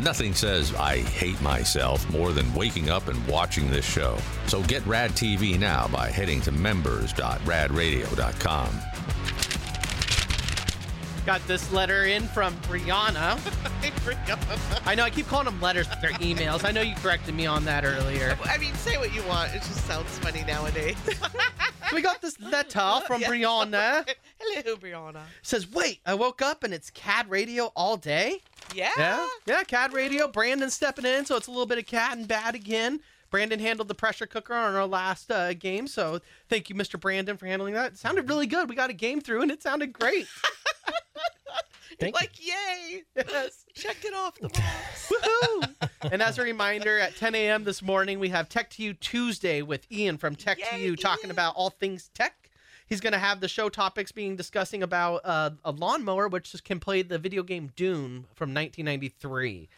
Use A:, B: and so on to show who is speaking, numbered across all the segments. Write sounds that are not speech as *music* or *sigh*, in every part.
A: Nothing says I hate myself more than waking up and watching this show. So get Rad TV now by heading to members.radradio.com.
B: Got this letter in from Brianna. I know I keep calling them letters, but they're emails. I know you corrected me on that earlier.
C: I mean, say what you want. It just sounds funny
B: *laughs*
C: nowadays.
B: We got this letter from
C: Yeah.
B: Brianna.
C: Hello, Brianna.
B: Says, wait, I woke up and it's CAD radio all day?
C: Yeah.
B: Yeah, yeah, Cad Radio. Brandon stepping in, so it's a little bit of cat and bat again. Brandon handled the pressure cooker on our last uh, game, so thank you, Mr. Brandon, for handling that. It sounded really good. We got a game through, and it sounded great.
D: Thank
C: like, yay.
B: Yes.
C: *laughs* Check it off the box.
B: Woohoo! and as a reminder, at 10 a.m. this morning, we have Tech to You Tuesday with Ian from Tech to
C: Yay,
B: You talking
C: Ian.
B: about all things tech. He's going to have the show topics being discussing about uh, a lawnmower, which just can play the video game Doom from 1993.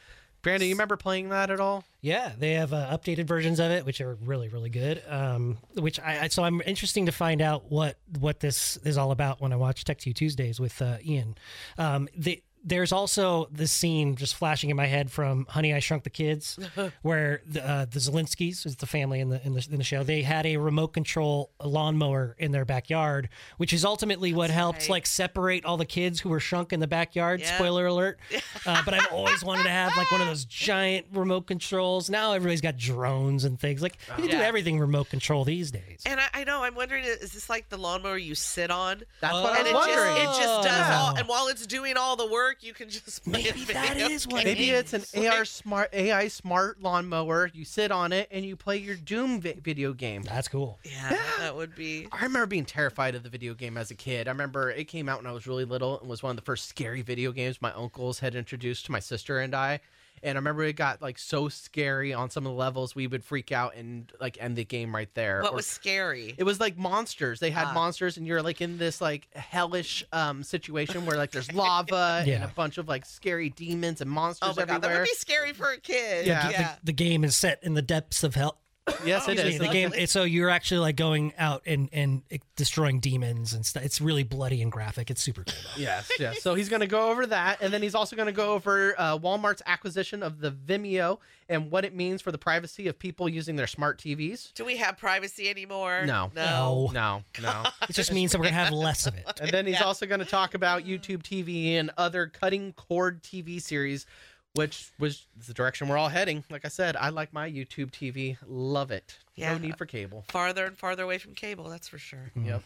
B: Brandon, you remember playing that at all?
D: Yeah, they have uh, updated versions of it, which are really, really good. Um, which I I- so I'm interesting to find out what what this is all about when I watch Tech to You Tuesdays with uh, Ian. Um, the, there's also this scene just flashing in my head from Honey I Shrunk the Kids, where the, uh, the Zelinskys, is the family in the, in the in the show, they had a remote control lawnmower in their backyard, which is ultimately what helps
C: right.
D: like separate all the kids who were shrunk in the backyard.
C: *laughs* Yeah.
D: Spoiler alert! Uh, but I've always wanted to have like one of those giant remote controls. Now everybody's got drones and things. Like you can do
C: Yeah.
D: everything remote control these days.
C: And I, I know, I'm wondering, is this like the lawnmower you sit on?
B: That's what I'm
C: And it
B: wondering.
C: just it just does
D: Yeah.
C: all and while it's doing all the work, you can just play a
D: Maybe
C: video.
D: that is what it
B: Maybe
D: is.
B: it's an AR smart AI smart lawnmower. You sit on it and you play your Doom vi- video game.
D: That's cool.
C: *laughs* Yeah, that would be
B: I remember being terrified of the video game as a kid. I remember it came out when I was really little and was one of the first scary video games my uncles had introduced to my sister and I. And I remember it got like so scary on some of the levels we would freak out and like end the game right there.
C: what
B: Or-
C: was scary.
B: it was like monsters. They had
C: Ah.
B: monsters, and you're like in this like hellish um, situation where like there's
C: *laughs*
B: lava and
D: Yeah.
B: a bunch of like scary demons and monsters
C: Oh my god, that
B: everywhere.
C: would be scary for a kid.
B: Yeah.
C: Yeah.
D: The- The, the game is set in the depths of hell.
B: yes, it
D: Excuse
B: is.
D: me, the game.
C: Lovely.
D: So you're actually like going out and and eh, destroying demons and stuff. It's really bloody and graphic. It's super cool.
B: Yes, yes. So he's going to go over that, and then he's also going to go over uh, Walmart's acquisition of the Vimeo and what it means for the privacy of people using their smart TVs.
C: Do we have privacy anymore?
B: No.
C: No.
D: Oh.
B: No,
C: *laughs*
B: no.
D: It just means that we're gonna have less of it.
B: And then he's
C: Yeah.
B: also going to talk about YouTube TV and other cutting cord TV series, which was the direction we're all heading. Like I said, I like my YouTube TV. Love it.
C: Yeah. Mm.
B: No need for cable.
C: Farther and farther away from cable, that's for sure.
B: Yep.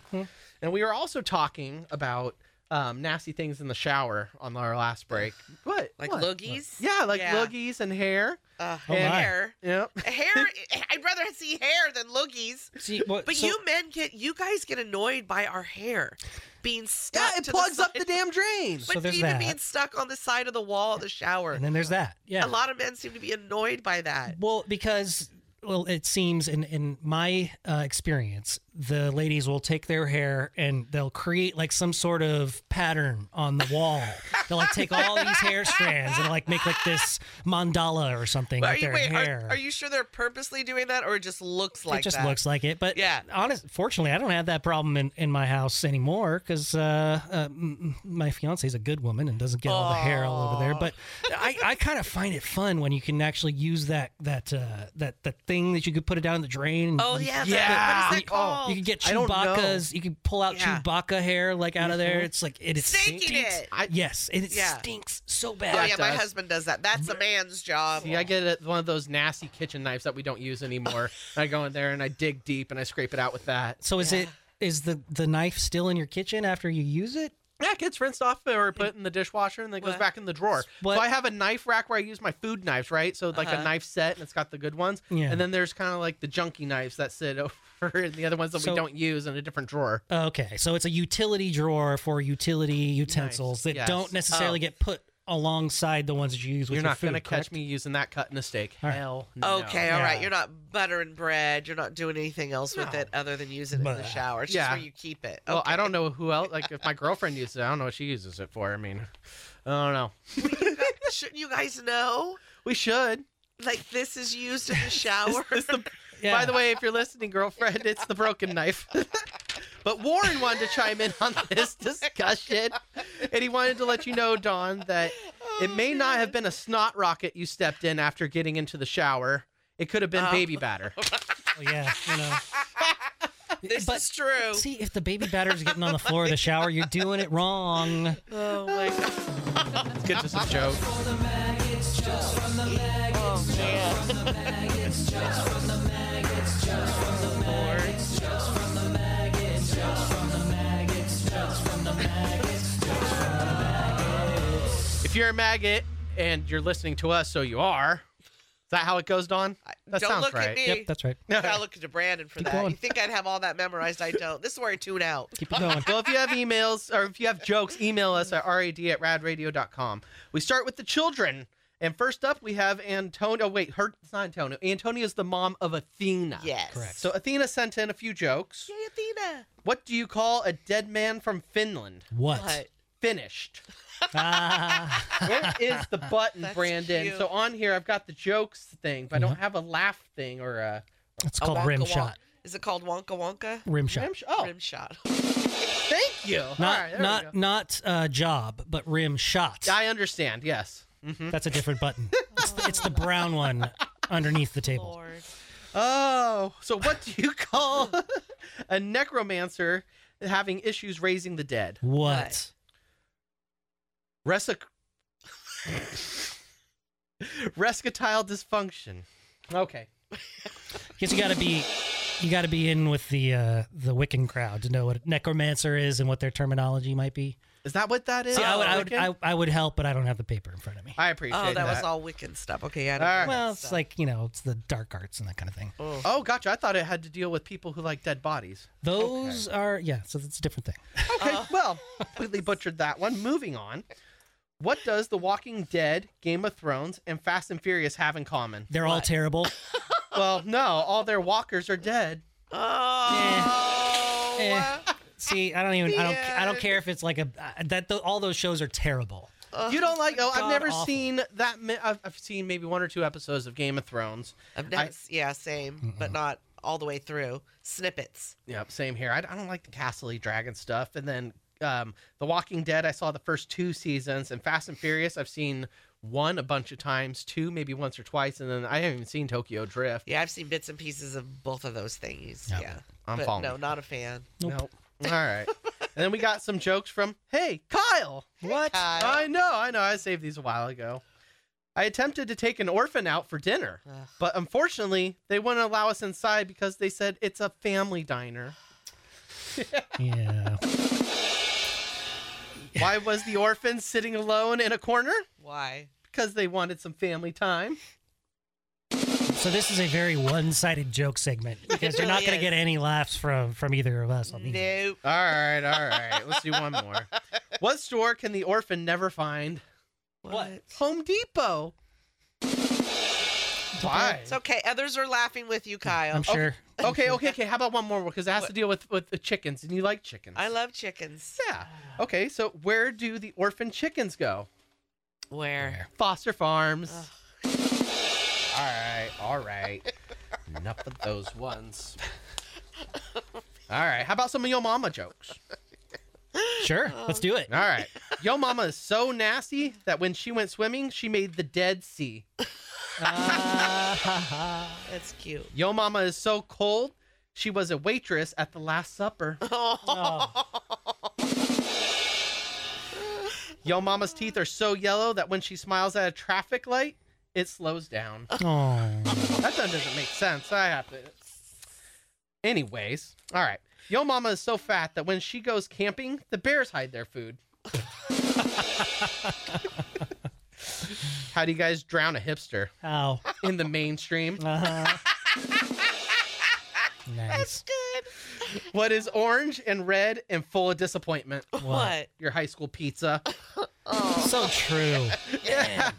B: And we were also talking about um, nasty things in the shower on our last
C: *sighs*
B: break. What?
C: Like
B: What?
C: loogies?
B: Yeah, like
C: Yeah.
B: loogies and hair.
C: Uh,
D: Oh, my.
C: hair.
B: Yep.
C: Hair *laughs* I'd rather see hair than loogies.
D: See, what,
C: But
D: so-
C: you men get you guys get annoyed by our hair being stuck.
B: Yeah, it
C: to
B: plugs
C: the
B: up
C: side-
B: the damn drain.
C: But
D: So there's
C: even
D: that.
C: being stuck on the side of the wall of the shower.
D: and then there's that.
C: A
D: Yeah.
C: lot of men seem to be annoyed by that.
D: Well, because well, it seems in in my uh, experience, the ladies will take their hair and they'll create like some sort of pattern on the wall. they'll like take all these hair strands and like make like this mandala or something
C: But
D: with
C: are, you,
D: their
C: wait,
D: hair.
C: are, are you sure they're purposely doing that or it just looks like
D: it just
C: that?
D: looks like it, but
C: Yeah.
D: honest. Fortunately, I don't have that problem in, in my house anymore because uh, uh, m- m- my fiance is a good woman and doesn't get all the hair all over there. But I, I kind of find it fun when you can actually use that that uh, that that thing that you could put it down the drain. And,
C: Oh,
D: like,
C: yeah.
B: Yeah.
C: That, what is
D: You-
C: that called?
D: You can get
B: I don't know.
D: Chewbacca's. You can pull out
C: Yeah.
D: Chewbacca hair like out of there. It's like it, it
C: Staking
D: stinks.
C: it.
B: I-
D: Yes, and it
C: Yeah.
D: stinks so
C: oh,
D: bad.
C: yeah, my
B: does.
C: husband does that. That's a man's job.
B: See, I get it, one of those nasty kitchen knives that we don't use anymore. and I go in there and I dig deep and I scrape it out with that.
D: So is it is the the knife still in your kitchen after you use it?
B: Yeah, it gets rinsed off or put in the dishwasher and then it goes
C: What?
B: back in the drawer.
D: What-
B: So I have a knife rack where I use my food knives, right? So like a knife set and it's got the good ones.
D: Yeah.
B: And then there's kind of like the junky knives that sit *laughs* over and the other ones that
D: So-
B: we don't use in a different drawer.
D: Okay, so it's a utility drawer for utility utensils that
B: yes.
D: don't necessarily
C: Oh.
D: get put alongside the ones that you use with
B: You're
D: your
B: not
D: food.
B: gonna
D: correct?
B: catch me using that cutting a steak.
D: All right.
B: Hell no.
C: Okay, all
D: Yeah.
C: right. You're not buttering bread. You're not doing anything else with
B: No.
C: it other than using it in the
D: Blah.
C: shower. It's
B: Yeah.
C: just where you keep it.
B: Well, I
C: Okay.
B: don't know who else. Like, if my girlfriend uses it, I don't know what she uses it for. I mean, I don't know.
C: Shouldn't you guys know?
B: We should.
C: Like *laughs* this is used in the shower.
D: Yeah.
B: By the way, if you're listening, girlfriend, it's the broken knife. *laughs* but Warren wanted to chime in on this discussion, and he wanted to let you know, Dawn, that It may not have been a snot rocket you stepped in after getting into the shower. It could have been
C: Oh.
B: baby batter.
D: Oh, yeah,
B: *laughs*
D: you know.
C: This
D: but
C: is
B: Oh.
C: true.
D: see, if the baby batter's getting on the floor of the shower, you're doing it
B: *laughs*
D: wrong.
C: Oh my god.
B: It's good just a joke.
C: Oh man.
B: If you're a maggot and you're listening to us, so you are. Is that how it goes, Don? That
C: don't
B: sounds
C: look
B: right.
C: at me.
D: Yep, that's right.
C: I look to Brandon for
D: Keep
C: that.
D: going.
C: You think I'd have all that memorized? I don't. This is where I tune out.
B: *laughs*
D: Keep it going.
B: well, if you have emails or if you have jokes, email us at rad at radradio.com. We start with the children. And first up, we have Antonio. Oh, wait, her, it's not Antonio. Antonio is the mom of Athena.
C: Yes.
D: Correct.
B: So Athena sent in a few jokes.
C: Yay, Athena.
B: What do you call a dead man from Finland?
D: What?
C: What?
B: Finished.
D: Ah.
B: Where
C: *laughs*
B: is the button,
C: That's
B: Brandon?
C: cute.
B: So on here, I've got the jokes thing, but I
D: Uh-huh.
B: don't have a laugh thing or a.
D: it's
C: A
D: called
C: wonka
D: rim
C: wonk-
D: shot.
C: Is it called Wonka Wonka?
D: Rim shot.
B: Rim sh- oh,
C: Rim shot.
B: thank you. All
D: Not
B: right, there we
D: not
B: go.
D: not uh, job, but rim shot.
B: I understand. Yes. hmm
D: That's a different button. It's the, it's the
B: *laughs*
D: brown one underneath the table.
C: Lord.
B: Oh, so what do you *laughs* call a necromancer having issues raising the dead?
D: What?
B: Resic- *laughs* Rescatile dysfunction. Okay.
D: Guess you gotta be you gotta be in with the uh, the Wiccan crowd to know what a necromancer is and what their terminology might be.
B: Is that what that is?
D: See, I would I would,
B: Wiccan?
D: I, I would help, but I don't have the paper in front of me.
B: I appreciate
C: Oh, that,
B: that.
C: was all Wiccan stuff. Okay, I don't
B: All right.
C: know that
D: well, it's
C: stuff.
D: like you know, it's the dark arts and that kind of thing.
C: Oh.
B: Oh, gotcha. I thought it had to deal with people who like dead bodies.
D: Those are yeah, so that's a different thing.
B: Okay,
D: Uh.
B: well, completely butchered that one. Moving on. What does The Walking Dead, Game of Thrones, and Fast and Furious have in common?
D: They're all terrible.
B: Well, no, all their walkers are dead.
C: Oh.
D: Eh.
C: uh,
D: See, I don't even I don't I don't
C: Yeah.
D: care if it's like a uh, that th- all those shows are terrible.
B: You don't like? Oh, I've
D: God
B: never
D: awful.
B: seen that. ma- I've, I've seen maybe one or two episodes of Game of Thrones.
C: I've never, s- yeah, same, but not all the way through. Snippets.
B: Yep, same here. I, I don't like the Castle Dragon stuff. And then um, The Walking Dead, I saw the first two seasons, and Fast and Furious, I've seen one a bunch of times, two maybe once or twice, and then I haven't even seen Tokyo Drift.
C: Yeah, I've seen bits and pieces of both of those things.
D: Yep.
C: Yeah.
B: I'm
C: but
B: following
C: no,
B: you.
C: not a fan.
D: Nope.
B: Nope. All right. and then we got some jokes from, hey, Kyle.
D: What?
C: Kyle.
B: I know, I know. I saved these a while ago. I attempted to take an orphan out for dinner,
C: Ugh.
B: but unfortunately, they wouldn't allow us inside because they said it's a family diner.
D: Yeah.
B: Why was the orphan sitting alone in a corner?
C: Why?
B: Because they wanted some family time.
D: So this is a very one-sided joke segment because you're not
C: really
D: going to get
C: is.
D: any laughs from from either of us on these.
C: Nope.
B: All right, all right. Let's do one more. What store can the orphan never find?
C: What?
B: Home Depot. Why?
C: It's okay. Others are laughing with you, Kyle.
D: I'm sure.
C: *laughs*
B: Okay, okay, okay. How about one more? Because it has to deal with with the chickens, and you like chickens.
C: I love chickens.
B: Yeah. Okay. So where do the orphan chickens go?
C: Where?
B: Foster farms. All right. All right. Enough of those ones. All right. How about some of your mama jokes?
D: Sure, let's do it.
B: All right. Yo mama is so nasty that when she went swimming, she made the Dead Sea.
C: That's cute.
B: Yo mama is so cold, she was a waitress at the Last Supper.
D: Oh,
B: *laughs* Yo mama's teeth are so yellow that when she smiles at a traffic light, it slows down.
D: oh.
B: That done doesn't make sense. I have to. Anyways, all right. Yo mama is so fat that when she goes camping, the bears hide their food. How do you guys drown a hipster
D: Ow.
B: in the mainstream?
D: Uh-huh. *laughs* nice.
B: What is orange and red and full of disappointment?
C: What?
B: Your high school pizza.
D: So
C: *laughs*
D: true.
B: Yeah.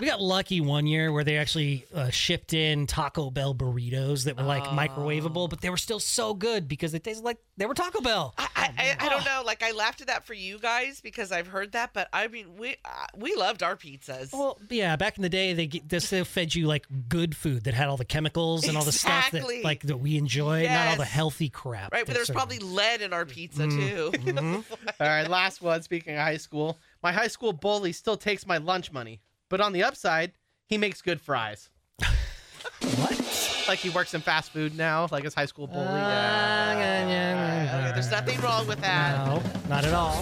D: We got lucky one year where they actually uh, shipped in Taco Bell burritos that were like microwavable, but they were still so good because they tasted like they were Taco Bell.
C: I, I, I, I don't know. Like I laughed at that for you guys because I've heard that, but I mean, we uh, we loved our pizzas.
D: *sighs* Well, yeah, back in the day, they get- they still fed you like good food that had all the chemicals and all the stuff that
C: Exactly.
D: like that we enjoy, not all the
C: Yes.
D: healthy crap.
C: right, but there was
D: that's served.
C: probably lead in our pizza
D: Mm-hmm.
C: too.
B: All right, last one. Speaking of high school, my high school bully still takes my lunch money, but on the upside, he makes good fries. what? Like he works in fast food now, like his high school bully. yeah.
C: Okay, *laughs* there's nothing wrong with that. Uh,
D: No, not at all.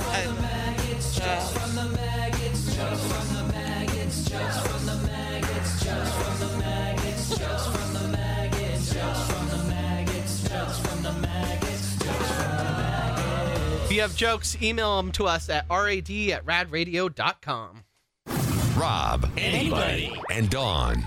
B: If you have jokes, email them to us at rad at radradio.com.
A: Rob, anybody, and Dawn.